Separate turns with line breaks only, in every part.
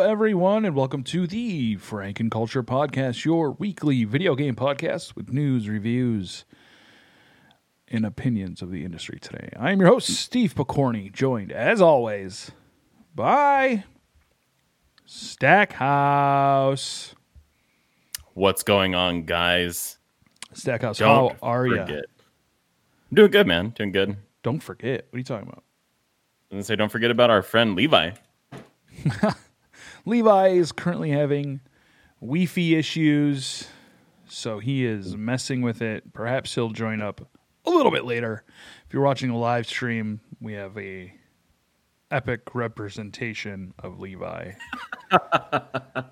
everyone, and welcome to the Frank and Culture Podcast, your weekly video game podcast with news, reviews, and opinions of the industry today. I am your host, Steve Picorni, joined as always by Stackhouse.
What's going on, guys?
Stackhouse,
Don't
how are you?
forget. I'm doing good, man. Doing good.
Don't forget. What are you talking about?
And say, don't forget about our friend Levi.
Levi is currently having Wi-Fi issues, so he is messing with it. Perhaps he'll join up a little bit later. If you're watching a live stream, we have a epic representation of Levi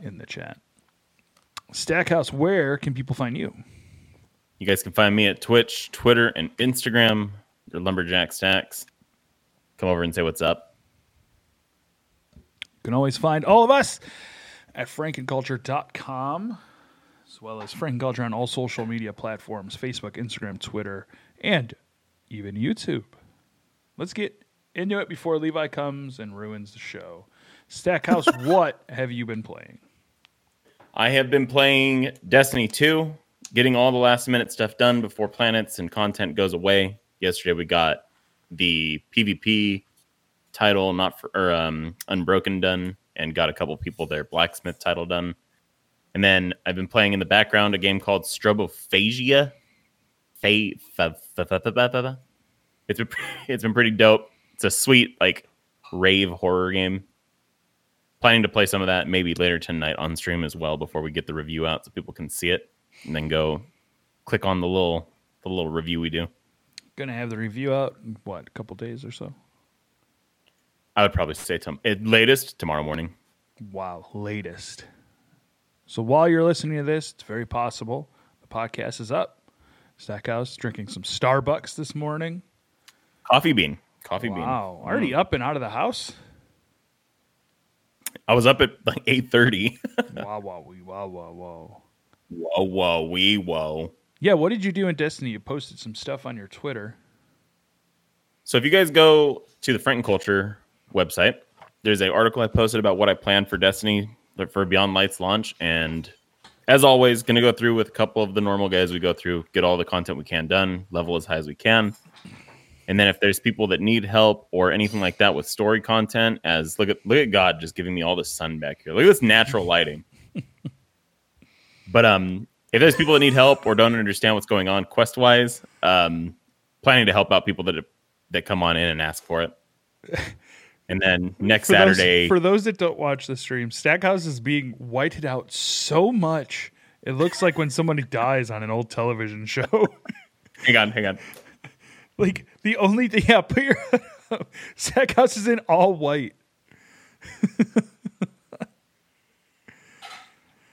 in the chat. Stackhouse, where can people find you?
You guys can find me at Twitch, Twitter, and Instagram. Your lumberjack stacks. Come over and say what's up.
You can always find all of us at frankenculture.com, as well as Frank and Culture on all social media platforms Facebook, Instagram, Twitter, and even YouTube. Let's get into it before Levi comes and ruins the show. Stackhouse, what have you been playing?
I have been playing Destiny 2, getting all the last minute stuff done before planets and content goes away. Yesterday we got the PvP title, not for or, um, Unbroken done, and got a couple people their blacksmith title done. And then I've been playing in the background a game called Strobophagia. Fa- fa- fa- fa- fa- fa- fa- fa. It's been pre- it's been pretty dope. It's a sweet like rave horror game planning to play some of that maybe later tonight on stream as well before we get the review out so people can see it and then go click on the little the little review we do.
Gonna have the review out in what, a couple days or so?
I would probably say tom- at latest tomorrow morning.
Wow, latest. So while you're listening to this, it's very possible the podcast is up. Stackhouse drinking some Starbucks this morning.
Coffee bean, coffee bean. Mm.
Wow, already up and out of the house.
I was up at like eight thirty.
wow, wow, wee, wow, wow, wow.
whoa, whoa, wee, whoa.
Yeah, what did you do in Destiny? You posted some stuff on your Twitter.
So if you guys go to the Franken Culture website, there's a article I posted about what I planned for Destiny for Beyond Lights launch, and as always, going to go through with a couple of the normal guys we go through, get all the content we can done, level as high as we can, and then if there's people that need help or anything like that with story content, as look at look at God just giving me all the sun back here. Look at this natural lighting. but um, if there's people that need help or don't understand what's going on quest wise, um, planning to help out people that that come on in and ask for it. And then next
For those-
Saturday,
for those that don't watch the stream, Stackhouse is being whited out so much. It looks like when somebody dies on an old television show.
hang on, hang on.
like the only thing, yeah, put your Stackhouse is in all white.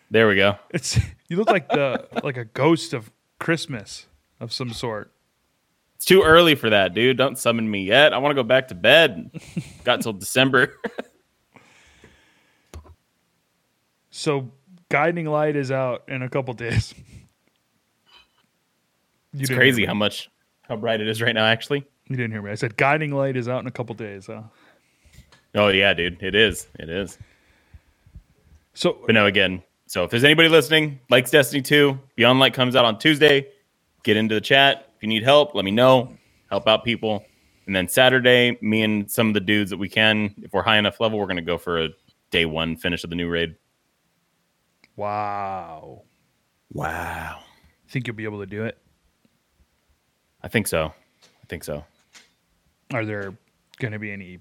There we go.
It's you look like the like a ghost of Christmas of some sort.
It's too early for that, dude. Don't summon me yet. I want to go back to bed. Got till December.
So guiding light is out in a couple days. You
It's
didn't-
crazy how much how bright it is right now. Actually,
You didn't hear me. I said guiding light is out in a couple days. Huh?
oh yeah, dude, it is. It is.
So
But no, again. So if there's anybody listening, likes Destiny 2, Beyond Light comes out on Tuesday. Get into the chat. If you need help, let me know. Help out people. And then Saturday, me and some of the dudes that we can, if we're high enough level, we're gonna go for a day one finish of the new raid.
wow,
Wow.
think you'll be able to do it?
I think so. I think so.
Are there going to be any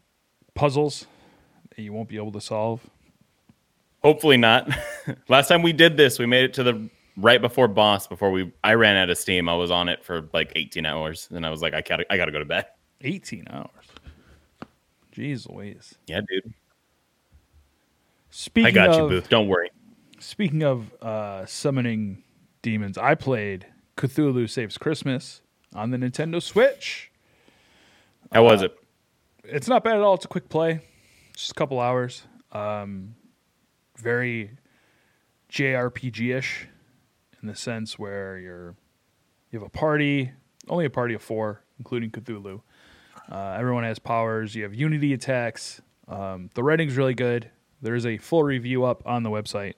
puzzles that you won't be able to solve?
Hopefully not. Last time we did this, we made it to the right before boss. Before we, I ran out of steam. I was on it for like 18 hours, and I was like, I gotta, I gotta go to bed.
Eighteen hours. Jeez Louise.
Yeah, dude.
Speaking
I got you,
of
Booth. Don't worry.
speaking of uh, summoning demons, I played Cthulhu Saves Christmas on the Nintendo Switch.
How was it?
it's not bad at all. It's a quick play, just a couple hours. Um, very JRPG ish in the sense where you're you have a party, only a party of four, including Cthulhu. Uh, everyone has powers. You have unity attacks. Um, the writing's really good. The- There is a full review up on the website.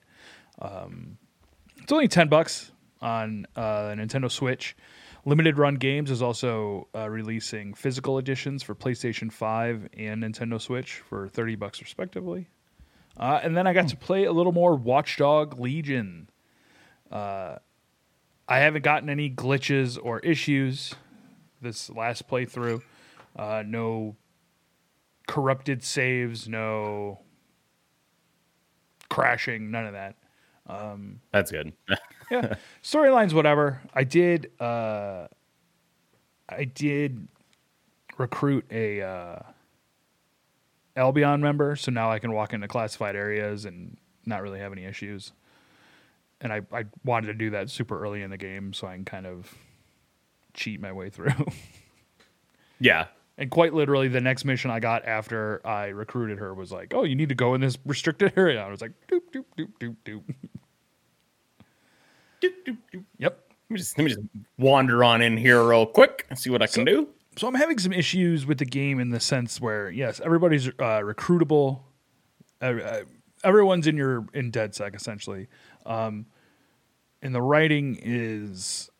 Um, it's only ten bucks on uh, Nintendo Switch. Limited Run Games is also uh, releasing physical editions for PlayStation Five and Nintendo Switch for thirty bucks respectively. Uh, and then I got to play a little more Watchdog Legion. Uh, I haven't gotten any glitches or issues this last playthrough. Uh, no corrupted saves, no crashing, none of that.
That's good.
Yeah, storylines, whatever. I did. Uh, I did recruit a uh, Albion member, so now I can walk into classified areas and not really have any issues. And I, I wanted to do that super early in the game, so I can kind of cheat my way through.
yeah.
And quite literally, the next mission I got after I recruited her was like, "Oh, you need to go in this restricted area." I was like, "Doop doop doop doop doop."
Doop, doop, doop.
yep.
Let me just let me just wander on in here real quick and see what I can do.
So I'm having some issues with the game in the sense where yes, everybody's uh, recruitable. Uh, Uh, everyone's in your in DedSec essentially, um, and the writing is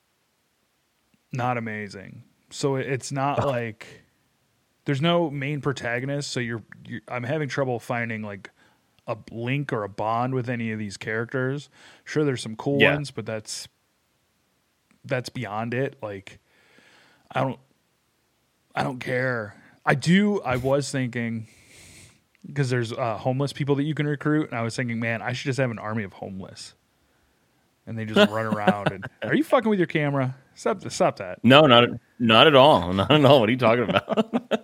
not amazing. So it- it's not like there's no main protagonist. So you're, you're I'm having trouble finding like a link or a bond with any of these characters. Sure, there's some cool
Yeah.
ones, but that's that's beyond it. Like I don't I don't care. I do. I was thinking because there's uh, homeless people that you can recruit, and I was thinking, man, I should just have an army of homeless, and they just run around. And are you fucking with your camera? Stop! Stop that!
No, not not at all. Not at all. What are you talking about?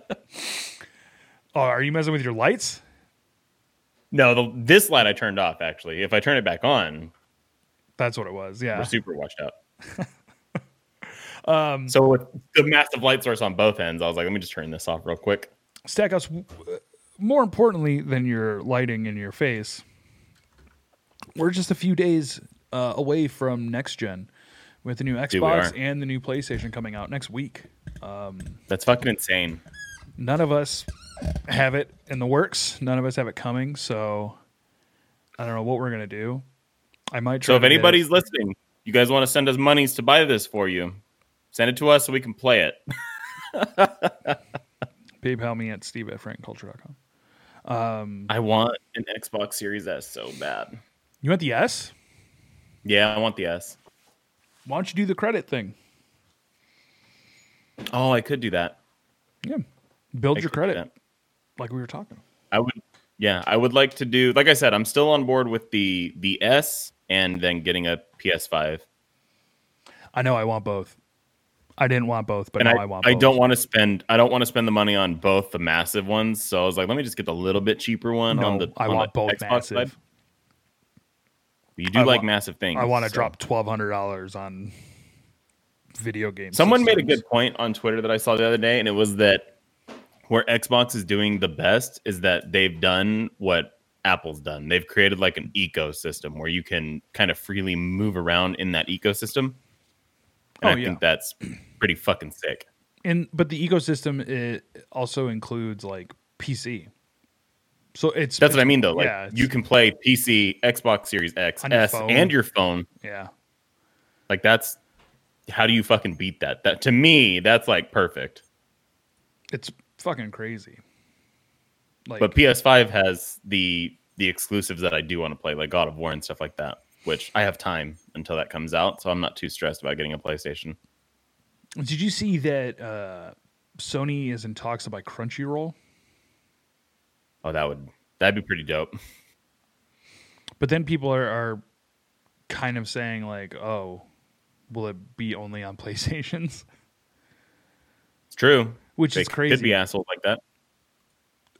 Oh, are you messing with your lights?
no, the, this light I turned off actually. If I turn it back on,
That's what it was.
we're
Yeah.
super washed out. um, so with the massive light source on both ends, I was like, let me just turn this off real quick.
Stackhouse. w- w- More importantly than your lighting in your face, we're just a few days uh, away from next gen, with the new
we
Xbox
are.
and the new PlayStation coming out next week.
That's fucking insane.
none of us have it in the works. None of us have it coming. So I don't know what we're gonna do. I might. Try
So if
to get-
anybody's listening, you guys want to send us monies to buy this for you, send it to us so we can play it.
Mm-hmm. PayPal me at steve at frankculture.com.
I want an Xbox Series S so bad.
You want the S?
Yeah, I want the S.
Why don't you do the credit thing?
Oh, I could do that.
Yeah, build
I
your
could do
credit
that.
like we were talking.
I would yeah, I would like to do like I said, I'm still on board with the the S and then getting a PS5.
I know I want both. I didn't want both, but
And
now
I,
I, want.
I
both.
don't want to spend I don't want to spend the money on both the massive ones. So I was like, let me just get the little bit cheaper one
No,
on the
I
on
want
the
both
Xbox
massive.
side. You do
I
like
want-
massive things.
I want to
so.
drop twelve hundred dollars on video games.
Someone made a good point on Twitter that I saw the other day, and it was that where Xbox is doing the best is that they've done what Apple's done. They've created like an ecosystem where you can kind of freely move around in that ecosystem.
Oh,
And I
yeah.
think that's pretty fucking sick.
and but the ecosystem it also includes like PC. So it's
That's what I mean though. Like
yeah, it's-
you can play PC, Xbox Series X,
On your
S,
phone.
and your phone.
yeah.
Like that's how do you fucking beat that? That to me, that's like perfect.
It's fucking crazy. Like
but PS5 has the the exclusives that I do want to play, like God of War and stuff like that, which I have time until that comes out, so I'm not too stressed about getting a PlayStation.
did you see that uh Sony is in talks to buy Crunchyroll?
Oh, that would that'd be pretty dope.
But then people are, are kind of saying like, "Oh, will it be only on PlayStations?"
It's true.
Which
They
is crazy.
Could be assholes like that.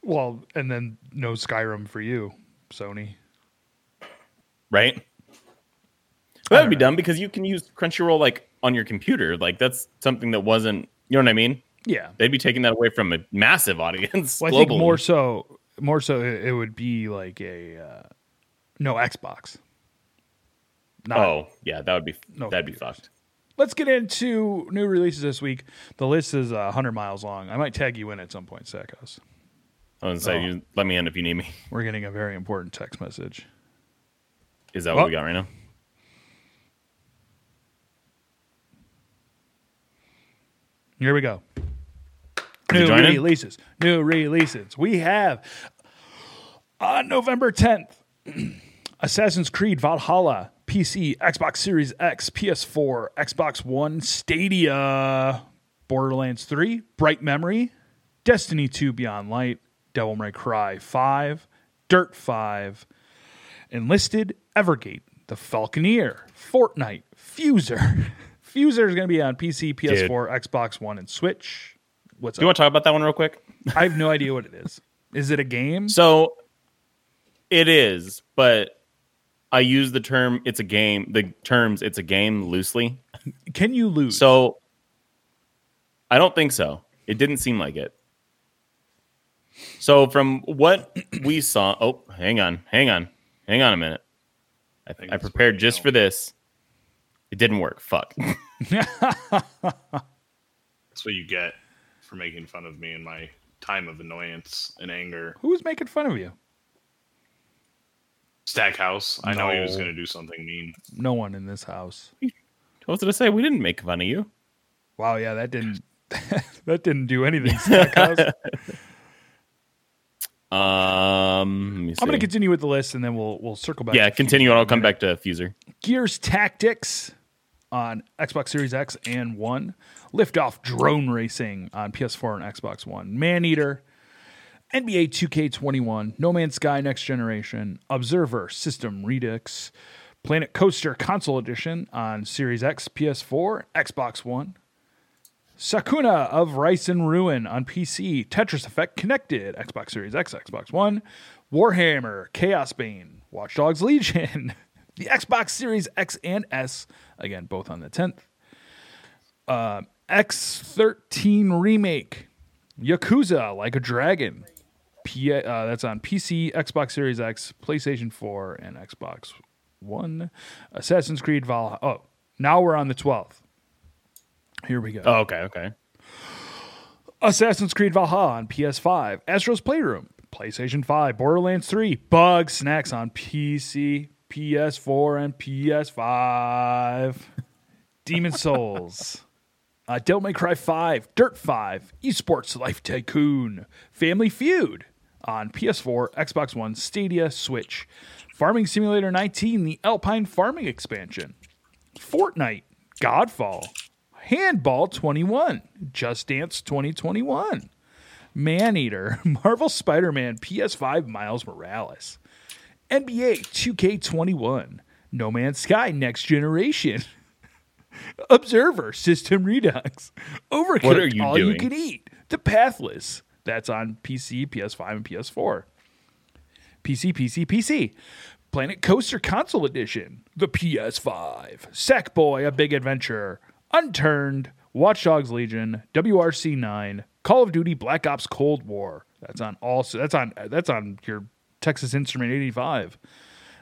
Well, and then no Skyrim for you, Sony.
right? That would be
know.
dumb because you can use Crunchyroll like on your computer. Like that's something that wasn't. You know what I mean?
Yeah.
They'd be taking that away from a massive audience.
Well, I
globally.
think more so, more so, it, it would be like a uh, no Xbox. Not,
Oh yeah, that would be
No
that'd be
computers.
fucked.
Let's get into new releases this week. The list is uh, 100 miles long. I might tag you in at some point, Sackos.
I was gonna say,
Oh.
you let me in if you need me.
We're getting a very important text message.
Is that
Well-
what we got right now?
Here we go.
You
New
joining?
releases. New releases. We have on November 10th Assassin's Creed Valhalla, PC, Xbox Series X, PS4, Xbox One, Stadia, Borderlands 3, Bright Memory, Destiny 2 Beyond Light, Devil May Cry 5, Dirt 5, Enlisted, Evergate, The Falconeer, Fortnite, Fuser. Fuser is going to be on PC, PS4, Xbox One, and Switch. What's
Do you
up?
want to talk about that one real quick?
I have no idea what it is. Is it a game?
So it is, but I use the term it's a game, the terms it's a game loosely.
Can you lose?
So I don't think so. It didn't seem like it. So from what we saw, oh, hang on, hang on, hang on a minute. I,
think
I
that's
prepared just for this. It didn't work. Fuck.
That's what you get for making fun of me in my time of annoyance and anger.
Who's making fun of you?
Stackhouse, I know he was
No.
going to do something mean.
No one in this house.
what was it to say? We didn't make fun of you.
Wow, yeah, that didn't that didn't do anything. Stackhouse.
Um, let me
I'm going to
see.
continue with the list, and then we'll we'll circle back.
yeah,
to Fuser.
continue on. I'll come back to Fuser.
Gears Tactics on Xbox Series X and One. Liftoff Drone Racing on PS4 and Xbox One. Man Eater. NBA 2K21, No Man's Sky Next Generation, Observer, System Redux, Planet Coaster Console Edition on Series X, PS4, Xbox One, Sakuna of Rice and Ruin on PC, Tetris Effect Connected, Xbox Series X, Xbox One, Warhammer, Chaos Bane, Watch Dogs Legion, the Xbox Series X and S, again, both on the 10th, X13 remake, Yakuza Like a Dragon. P- uh, that's on PC, Xbox Series X, PlayStation 4, and Xbox One. Assassin's Creed Valhalla. Oh, now we're on the 12th. Here we go.
Oh, okay, okay.
Assassin's Creed Valhalla on PS5, Astro's Playroom, PlayStation 5, Borderlands 3, Bug Snacks on PC, PS4, and PS5, Demon Souls, uh, Devil May Cry 5, Dirt 5, Esports Life Tycoon, Family Feud on PS4, Xbox One, Stadia, Switch, Farming Simulator 19, the Alpine Farming Expansion, Fortnite, Godfall, Handball 21, Just Dance 2021, Maneater, Marvel Spider Man PS5 Miles Morales, NBA 2K21, No Man's Sky Next Generation, Observer System Redux, Overcooked
What are you
All You
doing?
Can Eat, The Pathless, that's on PC, PS5, and PS4. PC, PC, PC. Planet Coaster Console Edition, the PS5, Sackboy A Big Adventure, Unturned, Watch Dogs Legion, WRC9, Call of Duty Black Ops Cold War. That's on also that's on that's on your Texas Instrument 85.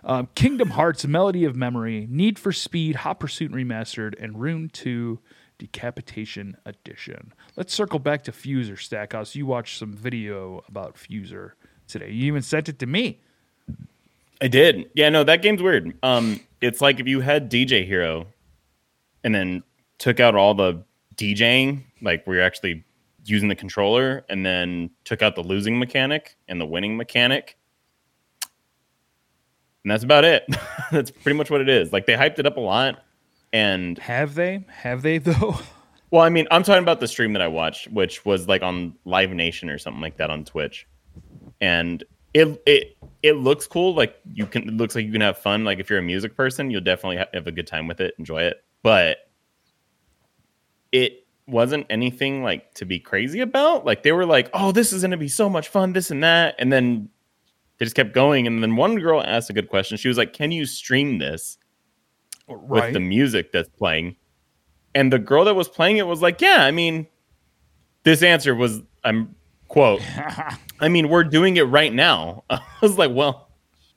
Um, Kingdom Hearts Melody of Memory, Need for Speed Hot Pursuit Remastered, and Rune 2 Decapitation Edition. Let's circle back to Fuser Stackhouse. You watched some video about Fuser today. You even sent it to me.
I did. Yeah, no, that game's weird. Um, it's like if you had DJ Hero, and then took out all the DJing, like where you're actually using the controller, and then took out the losing mechanic and the winning mechanic, and that's about it. that's pretty much what it is. Like they hyped it up a lot, and
Have they? Have they though?
Well, I mean, I'm talking about the stream that I watched, which was like on Live Nation or something like that on Twitch, and it it it looks cool. Like you can, it looks like you can have fun. Like if you're a music person, you'll definitely ha- have a good time with it, enjoy it. But it wasn't anything like to be crazy about. Like they were like, "Oh, this is going to be so much fun," this and that, and then they just kept going. And then one girl asked a good question. She was like, "Can you stream this?"
Right.
with the music that's playing. And the girl that was playing it was like, Yeah, I mean, this answer was, I'm quote, I mean, we're doing it right now. I was like, Well,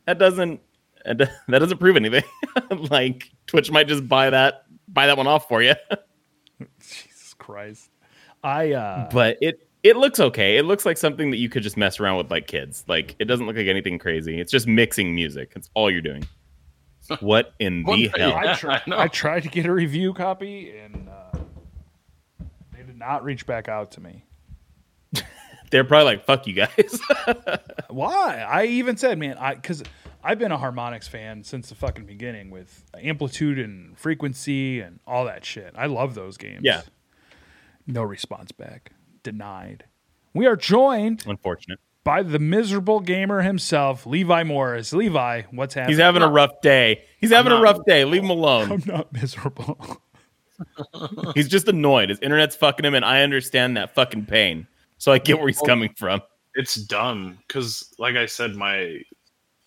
that doesn't, that do- that doesn't prove anything. like, Twitch might just buy that, buy that one off for you.
Jesus Christ. I uh
but it, it looks okay. It looks like something that you could just mess around with like kids. Like it doesn't look like anything crazy. It's just mixing music. That's all you're doing. What in
What
the
the-
hell?
I, tr-
I know.
I tried to get a review copy, and uh, they did not reach back out to me.
They're probably like, "Fuck you guys."
Why? I even said, man, I because I've been a harmonics fan since the fucking beginning with amplitude and frequency and all that shit. I love those games.
Yeah.
No response back. Denied. We are joined
Unfortunate.
by the miserable gamer himself, Levi Morris. Levi, what's happening?
He's having a rough day. He's having a rough day. Leave him alone.
I'm not miserable.
He's just annoyed. His internet's fucking him, and I understand that fucking pain. So I get where he's coming from.
It's dumb because, like I said, my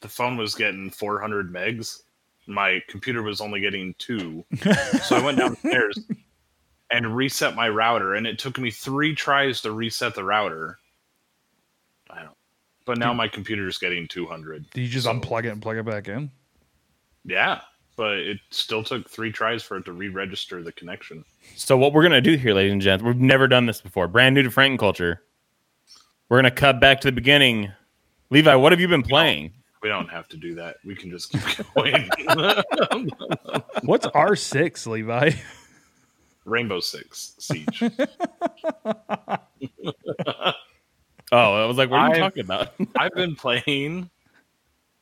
the phone was getting 400 megs. My computer was only getting two, so I went downstairs and reset my router, and it took me three tries to reset the router. I don't. But now my computer's getting 200.
Do you just unplug it and plug it back in?
Yeah, but it still took three tries for it to re-register the connection.
So what we're gonna do here, ladies and gents, we've never done this before. Brand new to Franken culture. We're gonna cut back to the beginning. Levi, what have you been playing?
We don't have to do that. We can just keep going.
What's R6, Levi?
Rainbow Six Siege.
Oh, I was like, what are you
I've-
talking about?
I've been playing.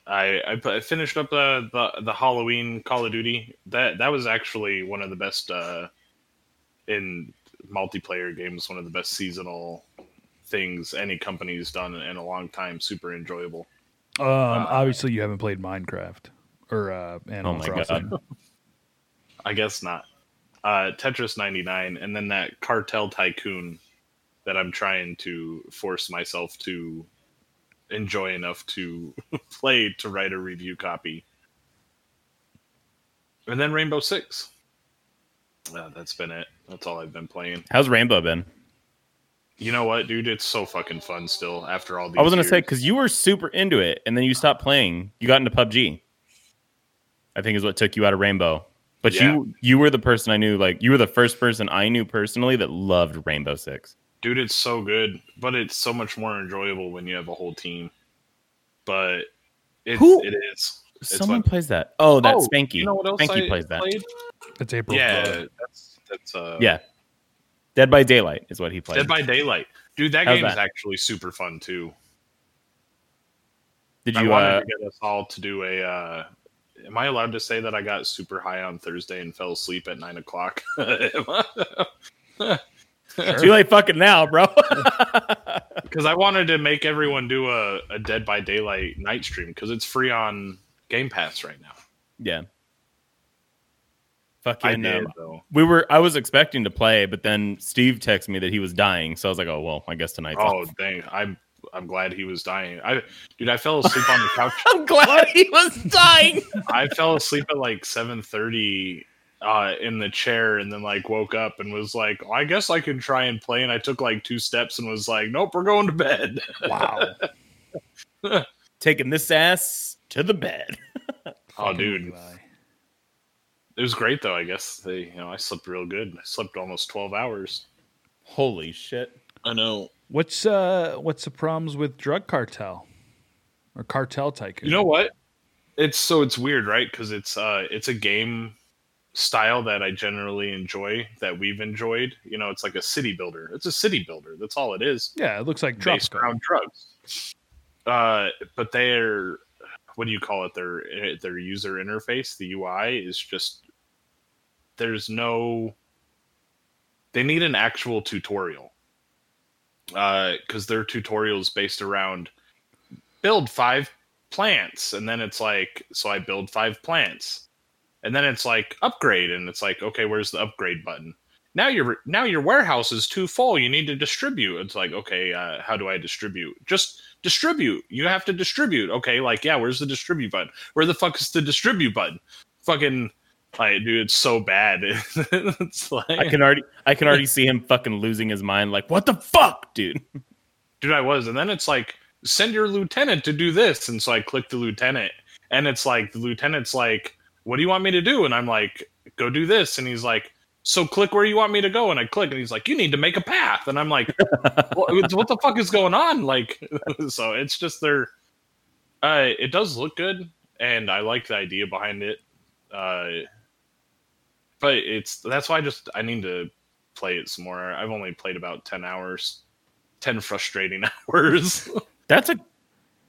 I I, pl- I finished up the, the the Halloween Call of Duty. That that was actually one of the best uh, in multiplayer games. One of the best seasonal things any company's done in a long time. Super enjoyable.
Um,
Uh,
obviously you haven't played Minecraft or uh, Animal
Oh my
Crossing.
I guess not. Uh, Tetris 99, and then that Cartel Tycoon that I'm trying to force myself to enjoy enough to play to write a review copy. And then Rainbow Six. Uh, that's been it. That's all I've been playing.
How's Rainbow been?
You know what, dude? It's so fucking fun still after all these
I was gonna say
years.
because you were super into it, and then you stopped playing. You got into PUBG. I think is what took you out of Rainbow. But you you were the person I knew. Like you were the first person I knew personally that loved Rainbow Six.
dude it's so good but it's so much more enjoyable when you have a whole team but it's,
Who-
it is It's
Someone
like-
plays that. Oh, that's
Oh,
Spanky.
you know what else
Spanky
I
plays that.
played?
It's April.
yeah
Fool.
that's that's uh
Yeah. Dead by Daylight is what he played.
dead by daylight dude that
How's
game is
that?
actually super fun too
Did
i
you
wanted
uh,
to get us all to do a uh am i allowed to say that i got super high on thursday and fell asleep at nine o'clock
Too late fucking now, bro.
because i wanted to make everyone do a, a dead by daylight night stream because it's free on game pass right now
yeah.
i
Fucking.
did
um,
though
we were. I was expecting to play, but then Steve texted me that he was dying, so I was like, "Oh well, I guess tonight's."
Oh
off.
dang! I'm I'm glad he was dying. I dude, I fell asleep on the couch.
I'm glad he was dying.
I fell asleep at like seven thirty uh, in the chair, and then like woke up and was like, I guess I can try and play. And I took like two steps and was like, Nope, we're going to bed.
Wow.
Taking this ass to the bed.
Oh, dude,
Levi.
it was great though. I guess they, you know, I slept real good. I slept almost twelve hours.
Holy shit.
I know.
What's uh what's the problems with drug cartel? Or cartel tycoon?
You know what? It's so it's weird, right? Because it's uh it's a game style that I generally enjoy that we've enjoyed. You know, it's like a city builder. It's a city builder. That's all it is.
Yeah, it looks like
Based
Tropico.
around drugs. Uh, but their what do you call it? Their eh, their user interface, the UI, is just there's no. They need an actual tutorial because their tutorial is based around build five plants and then it's like so i build five plants and then it's like upgrade and it's like okay where's the upgrade button now your now your warehouse is too full you need to distribute it's like okay uh, how do i distribute just distribute you have to distribute okay like yeah where's the distribute button where the fuck is the distribute button fucking like dude it's so bad it's like
I can already I can already see him fucking losing his mind like what the fuck, dude?
dude i was and then it's like send your lieutenant to do this and so i click the lieutenant and it's like the lieutenant's like what do you want me to do and i'm like go do this and he's like so click where you want me to go. And I click, and he's like, you need to make a path. And I'm like, what, what the fuck is going on? Like, so it's just their. Uh, it does look good, and I like the idea behind it. Uh, but it's that's why I just I need to play it some more. I've only played about ten hours, ten frustrating hours.
That's a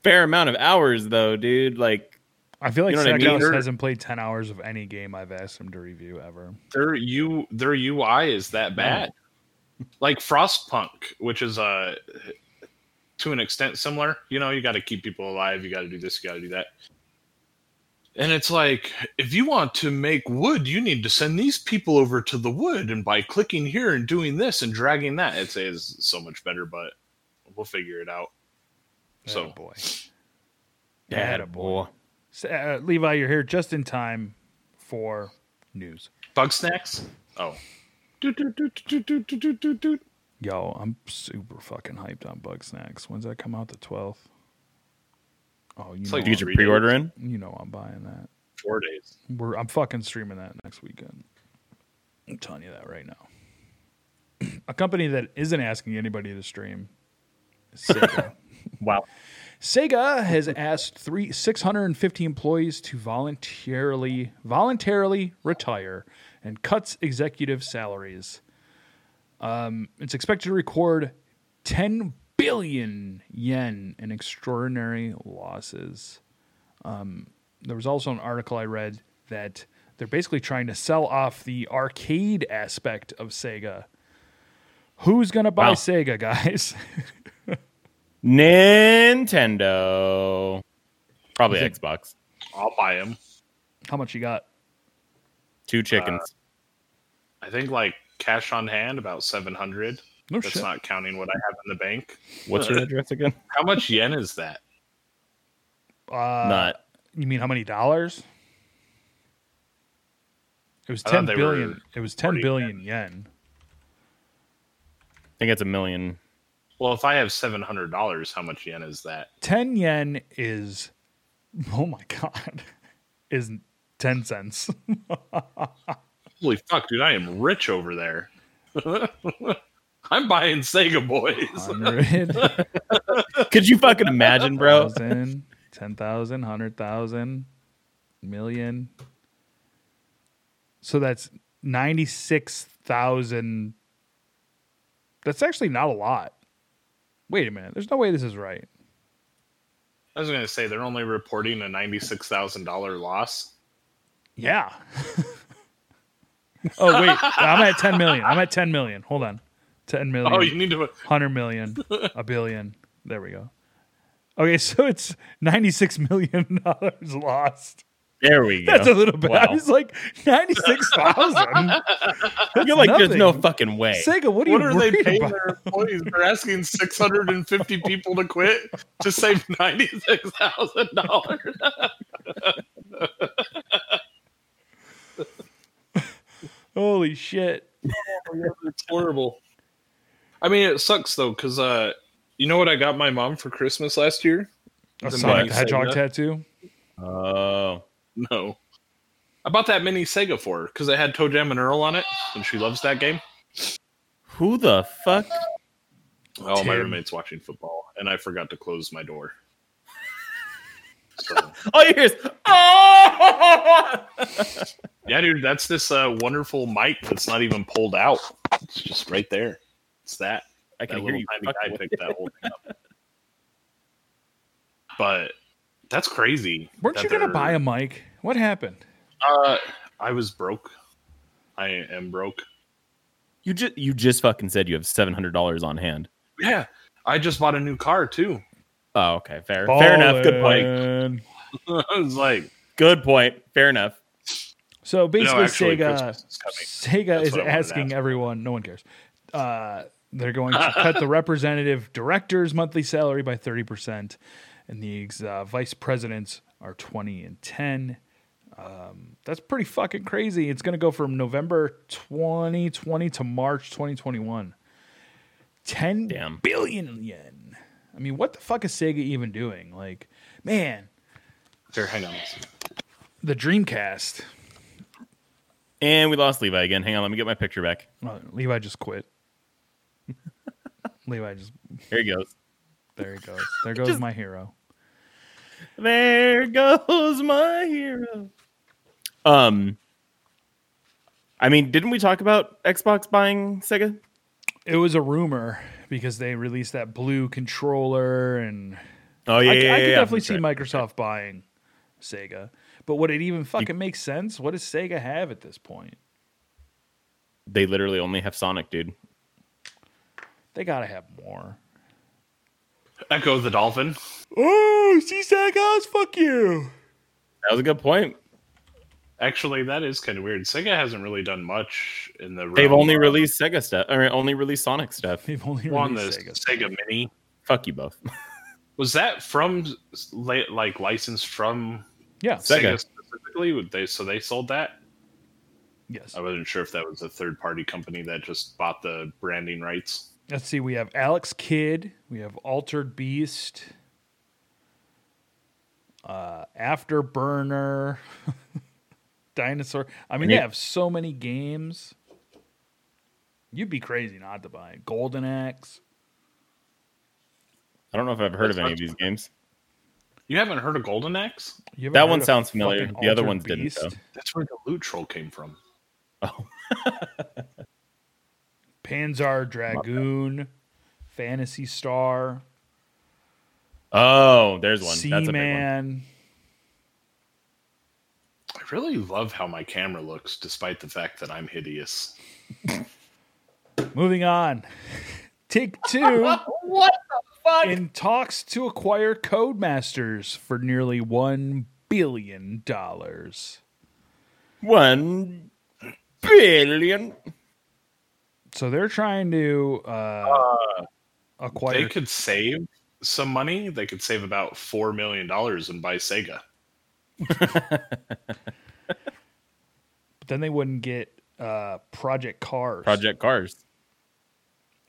fair amount of hours, though, dude. Like,
I feel like
You know what I mean?
Stackhouse
Or-
hasn't played ten hours of any game I've asked him to review ever.
their u their UI is that bad. Like Frostpunk, which is uh to an extent similar. You know, you got to keep people alive. You got to do this. You got to do that. And it's like, if you want to make wood, you need to send these people over to the wood, and by clicking here and doing this and dragging that, it's is so much better. But we'll figure it out. So-
Atta Oh, boy,
bad boy.
S- uh, Levi, you're here just in time for news.
Bug snacks. Oh,
Doot, doot, doot, doot, doot, doot, doot, doot, doot.
Yo, I'm super fucking hyped on Bug Snacks. When's that come out? The twelfth. Oh, you
It's
know,
like
Did you get your
Read it.
pre-order in?
I'm- you know I'm buying that.
four days.
We're I'm fucking streaming that next weekend. I'm telling you that right now. A company that isn't asking anybody to stream. is Sega.
Wow.
Sega has asked three 650 employees to voluntarily voluntarily retire and cuts executive salaries. Um, it's expected to record 10 billion yen in extraordinary losses. Um, there was also an article I read that they're basically trying to sell off the arcade aspect of Sega. Who's gonna buy
Wow.
Sega, guys?
Nintendo. Probably
Is it-
Xbox.
I'll buy them.
How much you got?
Two chickens.
I think like cash on hand about seven hundred.
No
That's not counting what I have in the bank.
What's your address again?
How much yen is that?
Uh,
Not.
You mean how many dollars? It was
I thought
ten
they
billion.
were
It was ten
40
billion yen.
I think it's a million.
Well, if I have seven hundred dollars, how much yen is that?
Ten yen is, oh my god, is ten cents.
Holy fuck, dude! I am rich over there. I'm buying Sega boys.
Hundred
Could you fucking imagine, bro?
thousand, ten thousand, hundred thousand, million. So that's ninety six thousand. That's actually not a lot. Wait a minute. There's no way this is right.
I was gonna say they're only reporting a ninety-six thousand dollar loss.
Yeah. oh wait, I'm at 10 million. I'm at 10 million. Hold on. 10 million.
Oh, you need to.
100 million, a billion. There we go. Okay, so it's 96 million dollars lost.
There we go.
That's a little bit. I
Wow.
was like 96,000.
You're like, there's no
nothing.
fucking way.
Sega, what are
What
you
are they
worried
paying
about?
their employees? They're asking six hundred and fifty people to quit to save ninety-six thousand dollars.
Holy shit.
it's horrible. I mean, it sucks though, because uh, you know what I got my mom for Christmas last year?
A
The
Sonic
mini
the Hedgehog
Sega?
tattoo?
Oh.
No, I bought that mini Sega for her because it had Toe Jam and Earl on it, and she loves that game.
Who the fuck?
Oh, my
Tim.
roommate's watching football, and I forgot to close my door. So,
All you hear is, oh!
yeah, dude, that's this uh, wonderful mic that's not even pulled out. It's just right there. It's that.
I
that
can hear
little
you.
tiny
fucking
guy picked that whole thing up. But that's crazy.
Weren't
that
you going to
they're-
buy a mic? What happened?
Uh, I was broke. I am broke.
You just you just fucking said you have seven hundred dollars on hand.
Yeah, I just bought a new car too.
Oh, okay, fair, fair enough. Good point.
Ballin'.
I was like,
Good point. Fair enough.
So basically,
no, actually,
Sega,
Christmas is
Sega
coming. That's
is
what I wanted to
asking
ask.
everyone. No one cares. Uh, they're going to cut the representative director's monthly salary by thirty percent, and the ex- uh, vice presidents are twenty and ten. Um, that's pretty fucking crazy. It's going to go from November 2020 to March 2021. 10
Damn.
billion yen. I mean, what the fuck is Sega even doing? Like, man,
Here, hang on. a second.
the Dreamcast
And we lost Levi again. Hang on, let me get my picture back.
Uh, Levi just quit. Levi just
Here he goes.
there he goes. There goes my hero.
There goes my hero. Um, I mean, didn't we talk about Xbox buying Sega?
It was a rumor because they released that blue controller, and
Oh yeah,
I, I
yeah, yeah,
could
yeah.
definitely
That's
see
right.
Microsoft buying Sega. But would it even fucking make sense? What does Sega have at this point?
They literally only have Sonic, dude.
They gotta have more.
Echo the Dolphin.
Oh, see Sega's fuck you.
That was a good point.
Actually, that is kind of weird. Sega hasn't really done much in the.
They've
realm
only
of-
released Sega stuff, or only released Sonic stuff.
They've only
one the
released Sega.
Sega Mini.
Fuck you both.
Was that from s- la- like licensed from
Yeah.
Sega.
Sega, specifically? Would they so they sold that?
Yes.
I wasn't sure if that was a third party company that just bought the branding rights.
Let's see. We have Alex Kidd. We have Altered Beast. Uh, Afterburner. Dinosaur. I mean,
And
they
you-
have so many games. You'd be crazy not to buy it. Golden Axe.
I don't know if I've heard of any of these games.
You haven't heard of Golden Axe?
You ever
That
heard
one
of
sounds familiar.
fucking
The other
Altered
ones didn't,
Beast?
though.
That's where the loot troll came from.
Oh,
Panzer Dragoon. Fantasy Star.
oh, there's one. That's a big one.
Seaman.
I really love how my camera looks, despite the fact that I'm hideous.
Moving on. Take two.
What the fuck?
in talks to acquire Codemasters for nearly one billion dollars.
One billion.
So they're trying to uh,
They
acquire.
could save some money. They could save about four million dollars and buy Sega.
but then they wouldn't get uh, Project Cars.
Project Cars.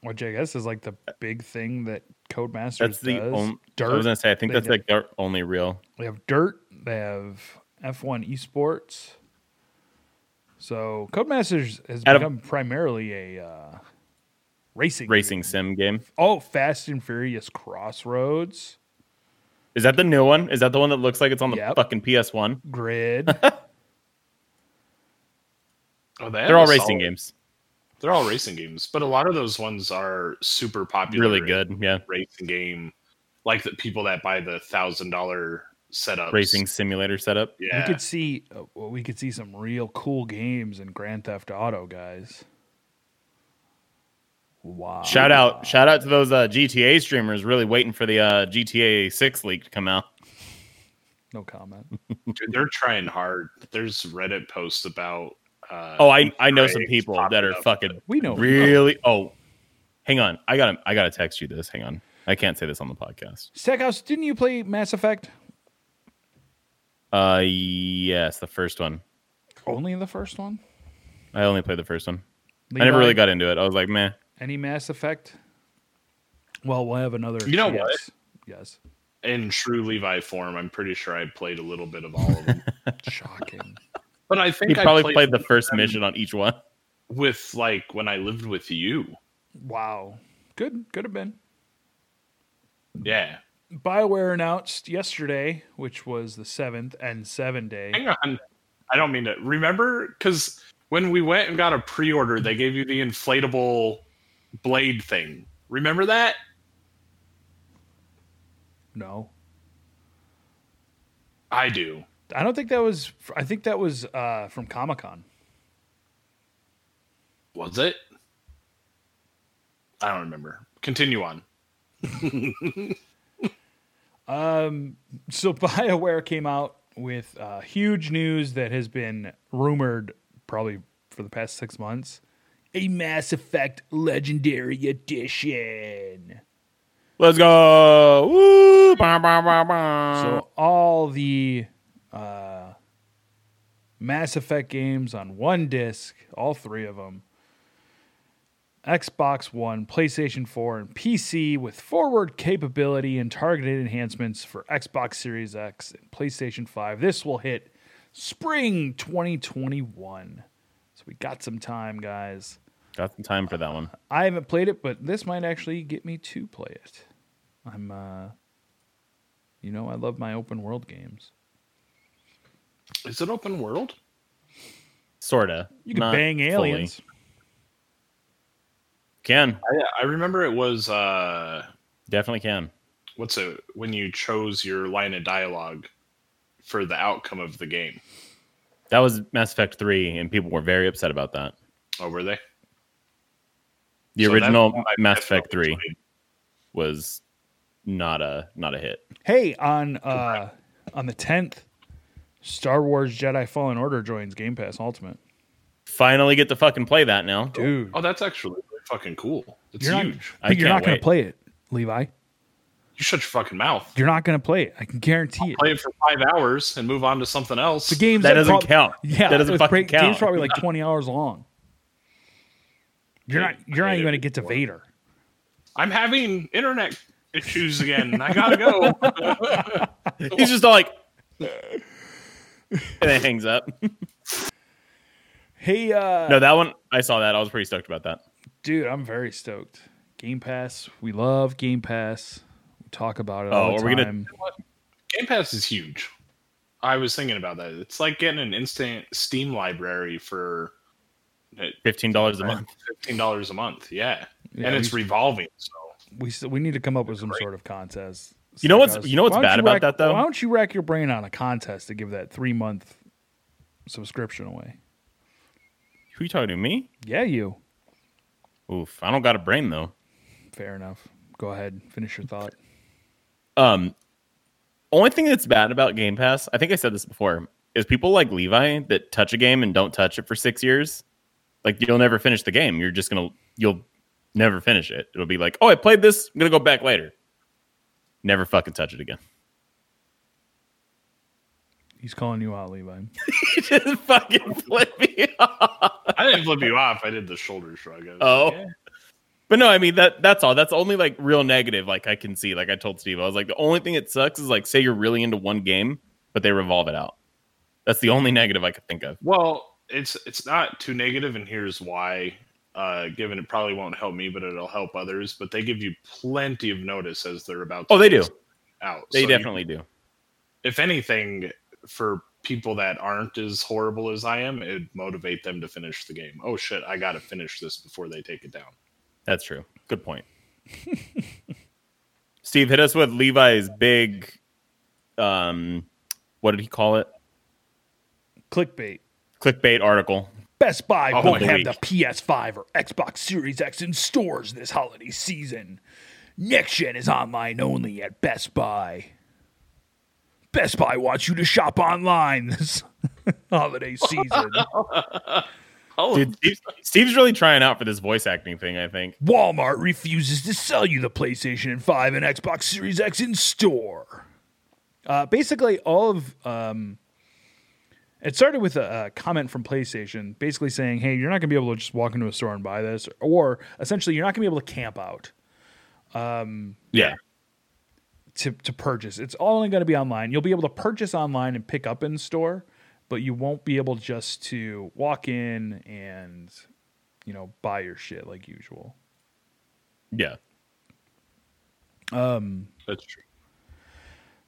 which I guess is like the big thing that Codemasters
That's the
does.
only. I was
dirt.
gonna say. I think
They
that's like their only real.
They have dirt. They have F1 esports. So Codemasters has
Out of-
become primarily a uh, racing
racing
game.
sim game.
Oh, Fast and Furious Crossroads.
Is that the new one? Is that the one that looks like it's on the
Yep.
fucking PS1?
Grid.
Oh, they have
They're all
a
racing
solid-
games.
They're all racing games, but a lot of those ones are super popular.
Really good. Yeah.
racing game, like the people that buy the thousand dollar setups.
Racing simulator setup.
We
yeah.
could see uh, well, we could see some real cool games in Grand Theft Auto, guys. Wow.
Shout out, shout out to those uh, GTA streamers really waiting for the uh, GTA 6 leak to come out.
No comment.
Dude, they're trying hard. There's Reddit posts about. Uh,
Oh, I I know some
Craig's
people that
popping
are
up.
fucking
We know.
really. Oh, hang on, I gotta I gotta text you this. Hang on, I can't say this on the podcast.
Stackhouse, didn't you play Mass Effect?
Uh, yes, the first one.
Only the first one.
I only played the first one. I
Levi,
never really got into it. I was like, man,
any Mass Effect. Well, we'll have another.
You know what?
chance. Yes.
in true Levi form, I'm pretty sure I played a little bit of all of them.
Shocking.
but I think
he
I
probably
played,
played the first mission on each one.
with like when I lived with you.
wow. Good. Could have been.
Yeah.
Bioware announced yesterday, which was the seventh and seven day.
Hang on. I don't mean to. Remember, because when we went and got a pre-order, they gave you the inflatable blade thing. Remember that?
No.
I do.
I don't think that was. I think that was uh, from Comic Con.
Was it? I don't remember. Continue on.
So BioWare came out with uh, huge news that has been rumored probably for the past six months: a Mass Effect Legendary Edition.
Let's go. Woo! Bah, bah, bah, bah.
So all the uh, Mass Effect games on one disc, all three of them. Xbox One, PlayStation 4, and PC with forward capability and targeted enhancements for Xbox Series X and PlayStation 5. This will hit spring 2021. So we got some time, guys.
Got some time for that one.
I haven't played it, but this might actually get me to play it. I'm, uh, you know, I love my open world games.
Is it open world?
Sorta.
You can bang aliens.
Can
I, I remember it was uh,
definitely can.
what's it when you chose your line of dialogue for the outcome of the game.
That was Mass Effect three, and people were very upset about that.
Oh, were they?
The
So that's
original
why I
Mass
definitely
Effect three
played.
was not a not a hit.
Hey, on uh, on the tenth, Star Wars Jedi Fallen Order joins Game Pass Ultimate.
Finally, get to fucking play that now.
Dude,
Oh, that's actually really fucking cool. It's
You're not-
huge.
I
but you're
can't
not going
wait.
to play it, Levi.
You shut your fucking mouth.
You're not going to play it. I can guarantee it.
Play it for five hours and move on to something else.
The game's
That
like
doesn't
prob-
count.
Yeah,
that doesn't
it's
fucking
great-
count.
Game's probably like twenty hours long. You're not. You're not even going to get to Vader.
I'm having internet issues again. I gotta go.
He's just all like, and it hangs up.
Hey, uh,
No, that one I saw that. I was pretty stoked about that.
dude, I'm very stoked. Game Pass. We love Game Pass. We talk about it.
Oh,
all the
are we gonna-
time.
Game Pass is huge. I was thinking about that. It's like getting an instant Steam library for
Fifteen dollars a month.
fifteen dollars a month. Yeah,
Yeah,
and it's
we-
revolving. So
we s- we need to come up with some sort of contest.
You know what's-
Guys,
you know what's
why don't
bad about
rack-
that, though?
Why don't you rack your brain on a contest to give that three month subscription away?
Who you talking to? Me?
Yeah, you.
Oof. I don't got a brain though.
Fair enough. Go ahead, finish your thought.
Um, only thing that's bad about Game Pass, I think I said this before, is people like Levi that touch a game and don't touch it for six years. Like you'll never finish the game. You're just gonna you'll never finish it. It'll be like, oh, I played this. I'm gonna go back later. Never fucking touch it again.
He's calling you out, Levi.
You just fucking flip me off.
I didn't flip you off. I did the shoulder shrug. I was
Oh.
like, yeah.
But no, I mean that that's all. That's the only like real negative like I can see. Like I told Steve, I was like the only thing that sucks is like say you're really into one game, but they revolve it out. That's the only negative I could think of.
Well, it's it's not too negative, and here's why. Uh, given it probably won't help me, but it'll help others. But they give you plenty of notice as they're about. to
Oh, they do.
Out.
They
So you-
definitely do.
if anything, for people that aren't as horrible as I am, it'd motivate them to finish the game. Oh shit, I gotta finish this before they take it down.
That's true. Good point. Steve, hit us with Levi's big um what did he call it?
Clickbait.
Clickbait article.
Best Buy
Oh,
won't
the
have
week.
the PS5 or Xbox Series X in stores this holiday season. Next Gen is online only at Best Buy. Best Buy wants you to shop online this holiday season.
Dude, Steve, Steve's really trying out for this voice acting thing, I think.
Walmart refuses to sell you the PlayStation 5 and Xbox Series X in store. Uh, basically, all of um, it started with a, a comment from PlayStation basically saying, hey, you're not going to be able to just walk into a store and buy this, or essentially, you're not going to be able to camp out
Yeah.
to, to purchase. It's all only going to be online. You'll be able to purchase online and pick up in store, but you won't be able just to walk in and, you know, buy your shit like usual.
Yeah.
That's true.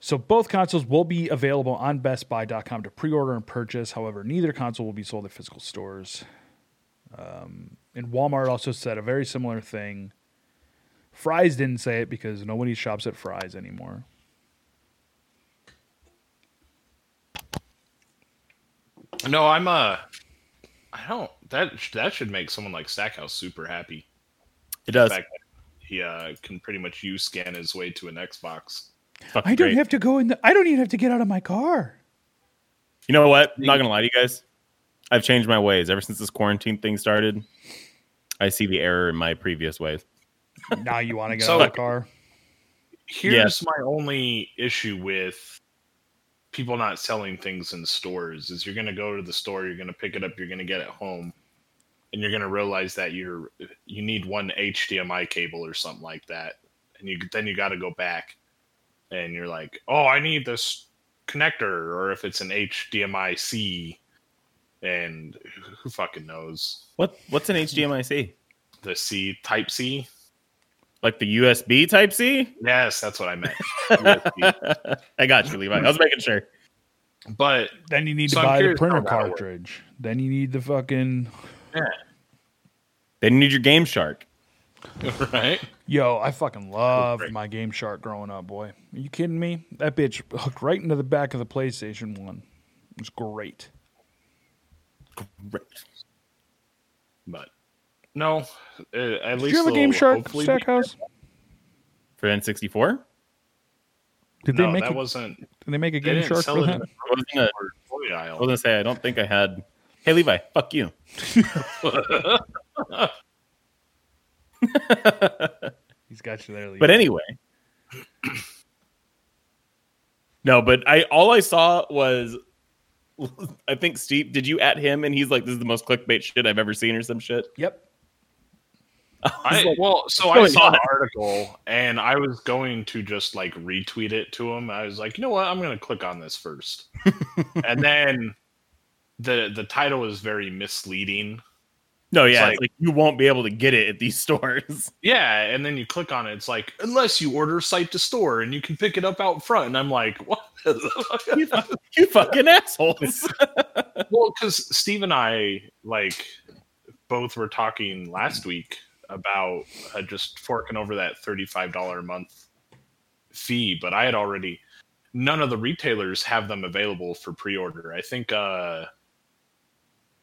So both consoles will be available on BestBuy.com to pre-order and purchase. However, neither console will be sold at physical stores. Um, and Walmart also said a very similar thing. Fry's didn't say it because nobody shops at Fry's anymore.
No, I'm uh I don't that sh- that should make someone like Stackhouse super happy.
It
The
does.
fact that he uh can pretty much you scan his way to an Xbox.
Fucking
I don't
great.
have to go in. The, I don't even have to get out of my car.
You know what? I'm not gonna lie to you guys. I've changed my ways ever since this quarantine thing started. I see the error in my previous ways.
now you want to get
So-
out of the car?
Here's
Yes.
my only issue with people not selling things in stores is you're gonna go to the store, you're gonna pick it up, you're gonna get it home, and you're gonna realize that you're you need one HDMI cable or something like that, and you then you got to go back, and you're like, oh, I need this connector, or if it's an HDMI C, and who fucking knows
What what's an HDMI C?
the C Type C?
Like the USB Type C?
Yes, that's what I meant. USB.
I got you, Levi. I was making sure.
But
Then you need
So
to
I'm
buy the
curious how
printer
that'll work.
cartridge. Then you need the fucking
They need your Game Shark.
right,
yo. I fucking love
great.
my Game Shark growing up, boy. Are you kidding me? That bitch hooked right into the back of the PlayStation One. It was great.
Great.
but no, uh, at
Did
least
you have a Game
they'll
Shark
hopefully be-
Stackhouse?
For N64?
Did
No,
they make
that
a,
wasn't.
did they make a
They
Game
didn't
Shark
sell
for
it in
that?
the
I was gonna,
toy
I
aisle.
was gonna say I don't think I had Hey Levi, fuck you.
He's got you there. Lee.
But anyway. No, but I all I saw was I think Steve, did you at him and he's like, This is the most clickbait shit I've ever seen or some shit?
yep.
I, well,
Oh,
"What's
so I
going
saw
on?"
the article and I was going to just like retweet it to him. I was like, you know what? I'm going to click on this first. and then the the title is very misleading.
No, yeah,
It's
it's like, you won't be able to get it at these stores.
Yeah, and then you click on it. It's like unless you order site to store and you can pick it up out front. And I'm like, what?
you, fu- you fucking assholes.
well, because Steve and I like both were talking last week about uh, just forking over that thirty-five dollar a month fee, but I had already. None of the retailers have them available for pre-order. I think. uh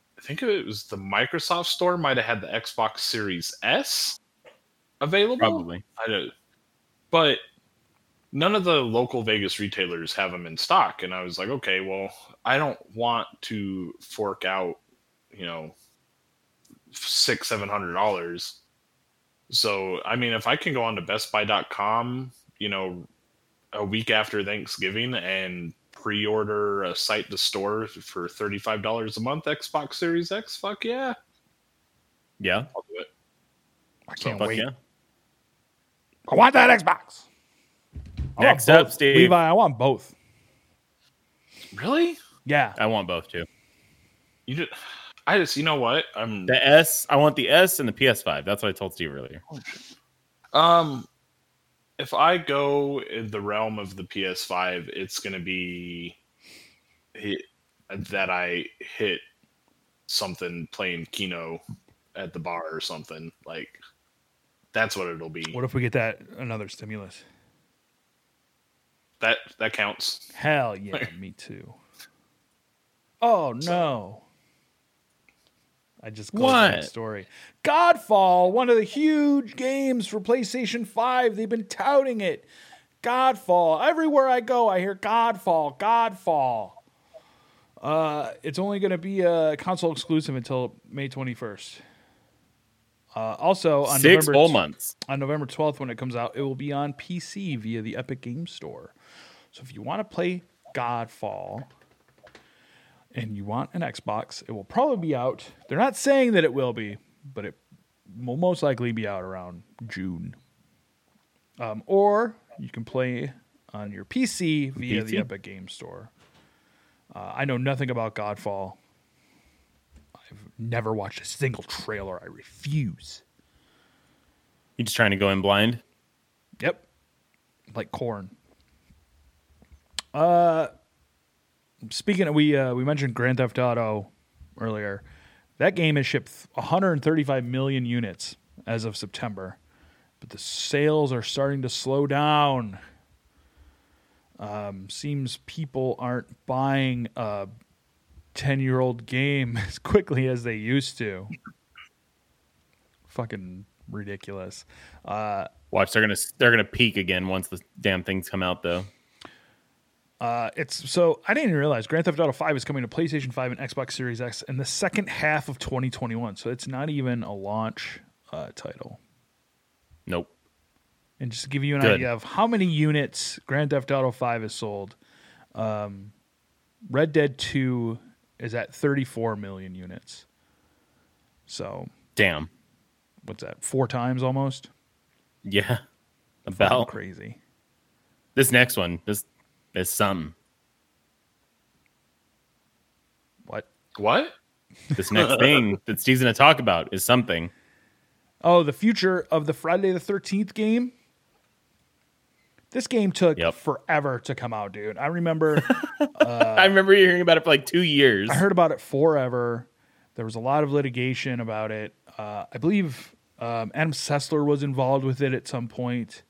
I think it was the Microsoft Store might have had the Xbox Series S available.
Probably.
I don't. But none of the local Vegas retailers have them in stock, and I was like, okay, well, I don't want to fork out, you know, six seven hundred dollars. So I mean, if I can go on to BestBuy.com, you know, a week after Thanksgiving and pre-order a site to store for thirty-five dollars a month Xbox Series X, fuck yeah,
Yeah. Oh,
I'll do it.
I can't
Fuck
wait.
yeah.
I want that Xbox. I want
Next up,
both.
Steve.
Levi, I want both.
Really?
Yeah.
Uh,
I want both too.
You just, I just, you know what? I'm
The S, I want the S and the PS5. That's what I told Steve earlier.
Um, if I go in the realm of the PS5, it's going to be hit, that I hit something playing Kino at the bar or something. Like that's what it'll be.
What if we get that another stimulus?
That that counts.
Hell yeah, me too. Oh no. I just closed
What?
that story. Godfall, one of the huge games for PlayStation 5. They've been touting it. Godfall. Everywhere I go, I hear Godfall, Godfall. Uh, it's only going to be a console exclusive until May 21st. Uh, also, on
Six
November
whole
t-
months.
on November 12th when it comes out. It will be on PC via the Epic Game Store. So if you want to play Godfall and you want an Xbox, it will probably be out. They're not saying that it will be, but it will most likely be out around June. Um, or you can play on your PC via the
PC?
Epic Game Store. Uh, I know nothing about Godfall. I've never watched a single trailer. I refuse.
You just trying to go in blind?
Yep. Like corn. Uh speaking of we uh we mentioned Grand Theft Auto earlier. That game has shipped 135 million units as of September. But the sales are starting to slow down. Um, seems people aren't buying a 10 year old game as quickly as they used to. Fucking ridiculous. Uh,
Watch, they're gonna they're gonna peak again once the damn things come out though.
Uh, it's so I didn't even realize Grand Theft Auto 5 is coming to PlayStation 5 and Xbox Series X in the second half of 2021. So it's not even a launch uh, title.
Nope.
And just to give you an
Good.
idea of how many units Grand Theft Auto 5 has sold, um, Red Dead 2 is at 34 million units. So
Damn.
what's that? Four times almost.
Yeah.
Fucking
About
crazy.
this next one, this is something.
What?
What?
This next thing that Steve's going to talk about is something.
Oh, the future of the Friday the 13th game. This game took
Yep.
forever to come out, dude. I remember
I remember hearing about it for like two years.
Uh, I heard about it forever. There was a lot of litigation about it. Uh, I believe um, Adam Sessler was involved with it at some point.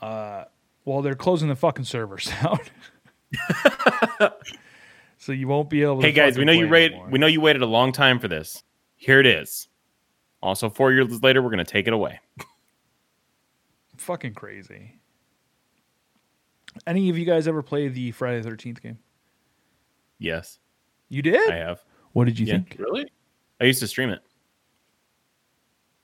Uh, well, they're closing the fucking servers down, so you won't be able.
hey
to
guys,
fucking
we know you
play
wait.
anymore.
We know you waited a long time for this. Here it is. Also, four years later, we're going to take it away.
fucking crazy. Any of you guys ever play the Friday Thirteenth game?
Yes,
You did.
I have.
what did you
Yeah.
think?
Really?
I used to stream it.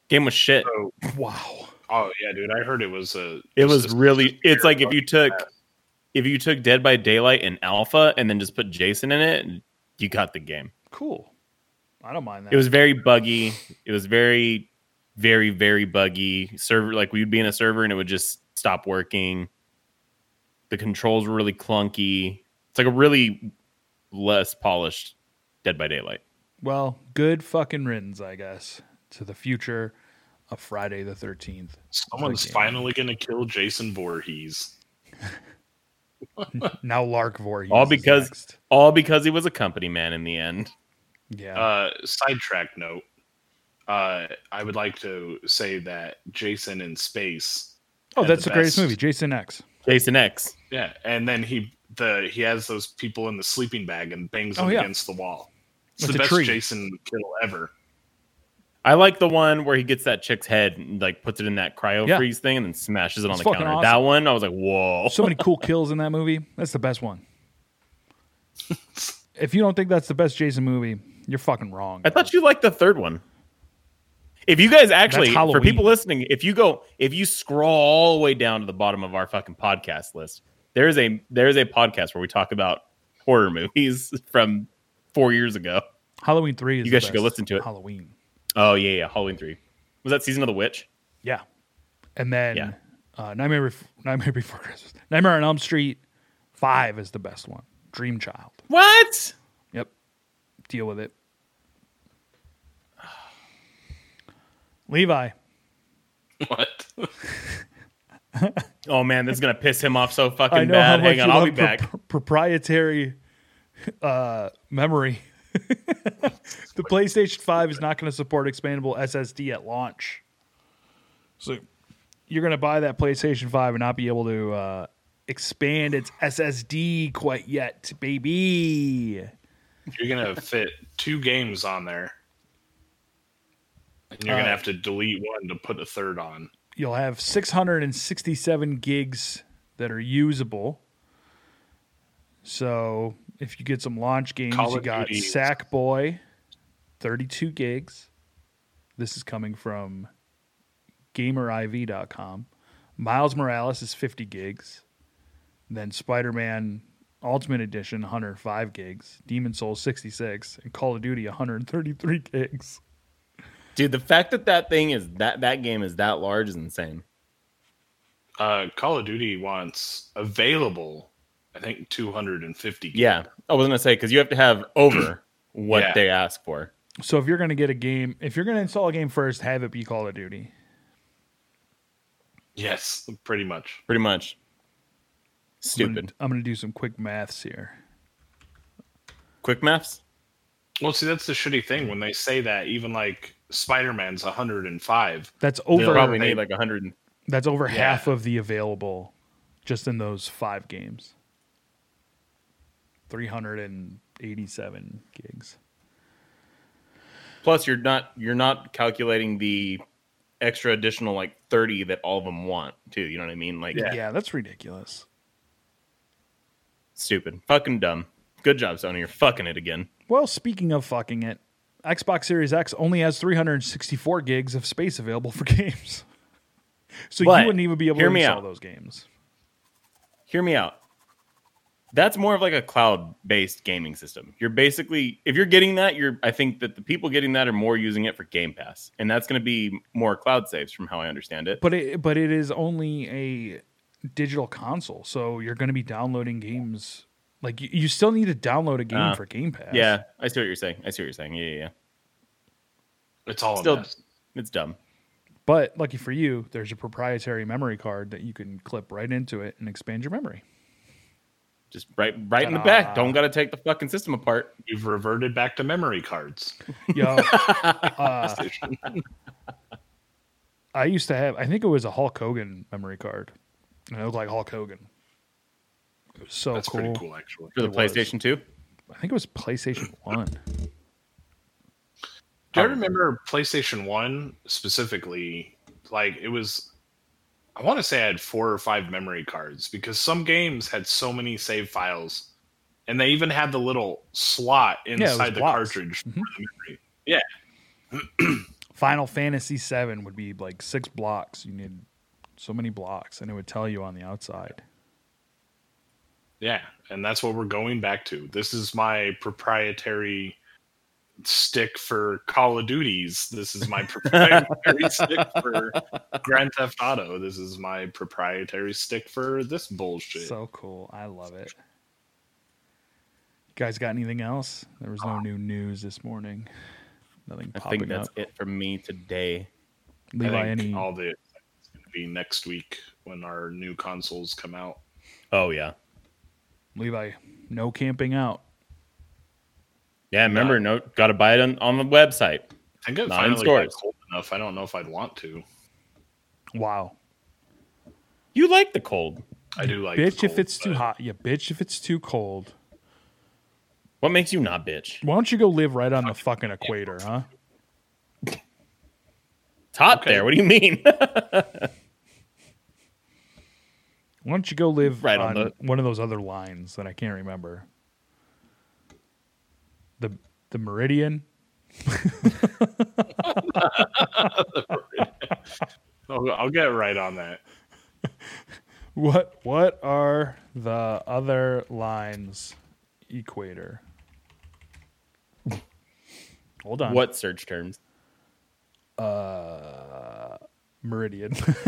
Game was shit.
Oh,
Wow.
oh yeah, dude. I heard it was a.
It
just
was
a-
really. It's like if you took,
bad.
if you took Dead by Daylight and Alpha, and then just put Jason in it, you got the game.
Cool. I don't mind that.
It was very buggy. It was very, very, very buggy. Server like we'd be in a server and it would just stop working. The controls were really clunky. It's like a really less polished Dead by Daylight.
Well, good fucking riddance, I guess, to the future of Friday the 13th.
Someone's
Okay.
finally gonna kill Jason Voorhees.
Now Lark Voorhees.
All
is
because-
next.
All because he was a company man in the end.
Yeah.
Uh, sidetrack note. Uh, I would like to say that Jason in space.
oh,
had the
that's the, greatest
best-
movie, Jason X.
Jason X.
Yeah, and then he the he has those people in the sleeping bag and bangs
Oh,
them
yeah.
against the wall. It's
With
the
the
best
tree.
Jason kill ever.
I like the one where he gets that chick's head and like puts it in that cryo
Yeah.
freeze thing and then smashes it on
It's
the
fucking
counter.
awesome.
That one, I was like, whoa.
So many cool kills in that movie. That's the best one. if you don't think that's the best Jason movie, you're fucking wrong.
I thought you liked the third one. If you guys actually, for
Halloween.
people listening, if you go, if you scroll all the way down to the bottom of our fucking podcast list, there is a there is a podcast where we talk about horror movies from four years ago.
Halloween 3 is
You
the
guys should go
best
listen to it.
Halloween.
Oh yeah, yeah, Halloween three was that season of the witch?
Yeah. And then
Yeah.
uh, Nightmare, Bef- Nightmare Before Christmas. Nightmare on Elm Street 5 is the best one. Dream Child.
What?
Yep. Deal with it. Levi,
What?
Oh man, this is gonna piss him off so fucking
I know how
bad.
much
Hang on,
you
I'll
love
be
pro-
back.
pro- proprietary uh, memory. the PlayStation 5 is not going to support expandable SSD at launch. So you're going to buy that PlayStation 5 and not be able to uh, expand its SSD quite yet, baby.
You're gonna fit two games on there, and you're
Uh,
gonna have to delete one to put a third on.
you'll have 667 gigs that are usable. So if you get some launch games,
Call
you
of
got
Duty.
Sackboy, 32 gigs. This is coming from GamerIV.com. Miles Morales is 50 gigs. Then Spider Man Ultimate Edition, 105 gigs. Demon Soul, 66. And Call of Duty, 133 gigs.
Dude, the fact that that thing is that that game is that large is insane.
Uh, Call of Duty wants available, I think, 250.
Yeah, I was gonna say because you have to have over what
Yeah.
they ask for.
So if you're going to get a game, if you're going to install a game first, have it be Call of Duty.
Yes, pretty much.
pretty much.
I'm gonna-
Stupid.
I'm going to do some quick maths here.
Quick maths.
Well, see, that's the shitty thing when they say that. Even like Spider Man's 105.
That's
They probably
over.
need like a hundred. and-
That's over
Yeah.
half of the available, just in those five games. Three hundred and eighty-seven gigs.
Plus, you're not you're not calculating the extra additional like thirty that all of them want too. You know what I mean? Like
Yeah, that's ridiculous.
stupid, fucking dumb. Good job, Sony. You're fucking it again.
Well, speaking of fucking it, Xbox Series X only has three hundred and sixty-four gigs of space available for games. So
But,
you wouldn't even be able to
hear me
install
out.
those games.
Hear me out. That's more of like a cloud-based gaming system. You're basically if you're getting that, you're I think that the people getting that are more using it for Game Pass, and that's going to be more cloud saves from how I understand it.
But it but it is only a digital console, so you're going to be downloading games Like you, you still need to download a game
Ah.
for Game Pass.
Yeah, I see what you're saying. I see what you're saying. Yeah, yeah, yeah.
It's all
Still-
a mess.
It's dumb.
But lucky for you, there's a proprietary memory card that you can clip right into it and expand your memory.
Just right, right in the
Ta-da.
back. Don't got to take the fucking system apart.
You've reverted back to memory cards.
Yo, uh, I used to have. I think it was a Hulk Hogan memory card, and it looked like Hulk Hogan. It was so
That's
cool.
pretty cool, actually.
For the
It was.
PlayStation 2?
I think it was PlayStation One.
Do I remember PlayStation One specifically? Like it was, I want to say I had four or five memory cards because some games had so many save files, and they even had the little slot
it was
inside the
blocks.
cartridge for the memory. Yeah,
Final Fantasy Seven would be like six blocks. You need so many blocks, and it would tell you on the outside.
yeah, and that's what we're going back to. This is my proprietary stick for Call of Duties. This is my proprietary stick for Grand Theft Auto. This is my proprietary stick for this bullshit.
So cool. I love it. You guys got anything else? There was no new news this morning. Nothing
I
popping
think that's
up.
it for me today.
I
Levi,
think
any
all the it's going to be next week when our new consoles come out.
Oh, yeah.
Levi, no camping out.
Yeah, remember, no, got to buy it on, on the website.
I think it
Not in
finally got
stores.
cold enough. I don't know if I'd want to.
Wow.
You like the cold.
I do like the
bitch if
cold,
it's too
but
hot. Yeah, bitch if it's too cold.
What makes you not bitch?
Why don't you go live right on the fucking equator, huh?
It's hot
Okay.
there. What do you mean?
Why don't you go live
Right
on,
on the-
one of those other lines that I can't remember? The the meridian.
I'll, Oh, I'll get right on that.
What what are the other lines? Equator. Hold on.
what search terms?
meridian?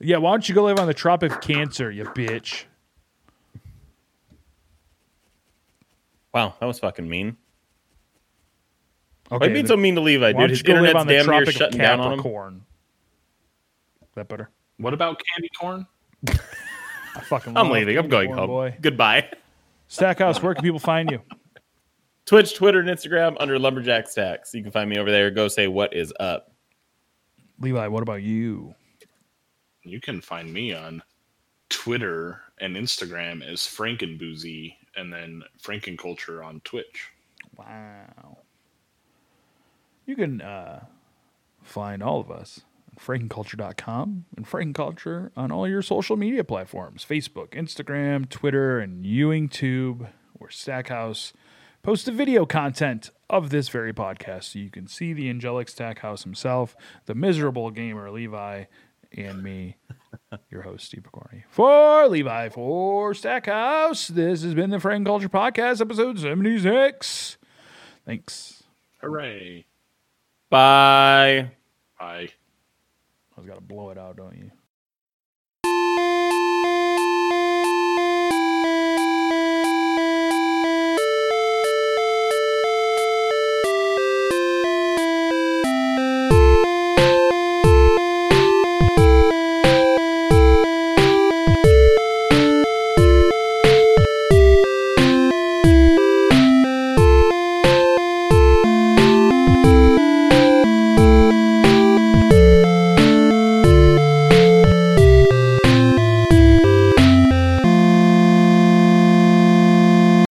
yeah, why don't you go live on the Tropic of Cancer, you bitch?
Wow, that was fucking mean.
Okay,
Why you being so mean to
why
Levi,
don't
dude?
you
His
go live
internet's
on the
damn near
Tropic of
shutting down on him.
Capricorn? Is that better?
What about candy corn?
I fucking.
I'm
love
leaving. I'm going
Capricorn,
home.
Boy.
Goodbye.
Stackhouse, where can people find you?
Twitch, Twitter, and Instagram under Lumberjack Stacks. You can find me over there. Go say what is up.
Levi, what about you?
You can find me on Twitter and Instagram as Frankenboozy and then Frankenculture on Twitch.
Wow. You can uh, find all of us on frankenculture.com and frankenculture on all your social media platforms Facebook, Instagram, Twitter, and YewingTube or Stackhouse. Post the video content of this very podcast so you can see the angelic Stackhouse himself, the miserable gamer Levi, and me, your host, Steve Picorni. For Levi, for Stackhouse, this has been the Frank Culture Podcast, episode 76. Thanks.
Hooray.
Bye.
Bye.
I was got to blow it out, don't you?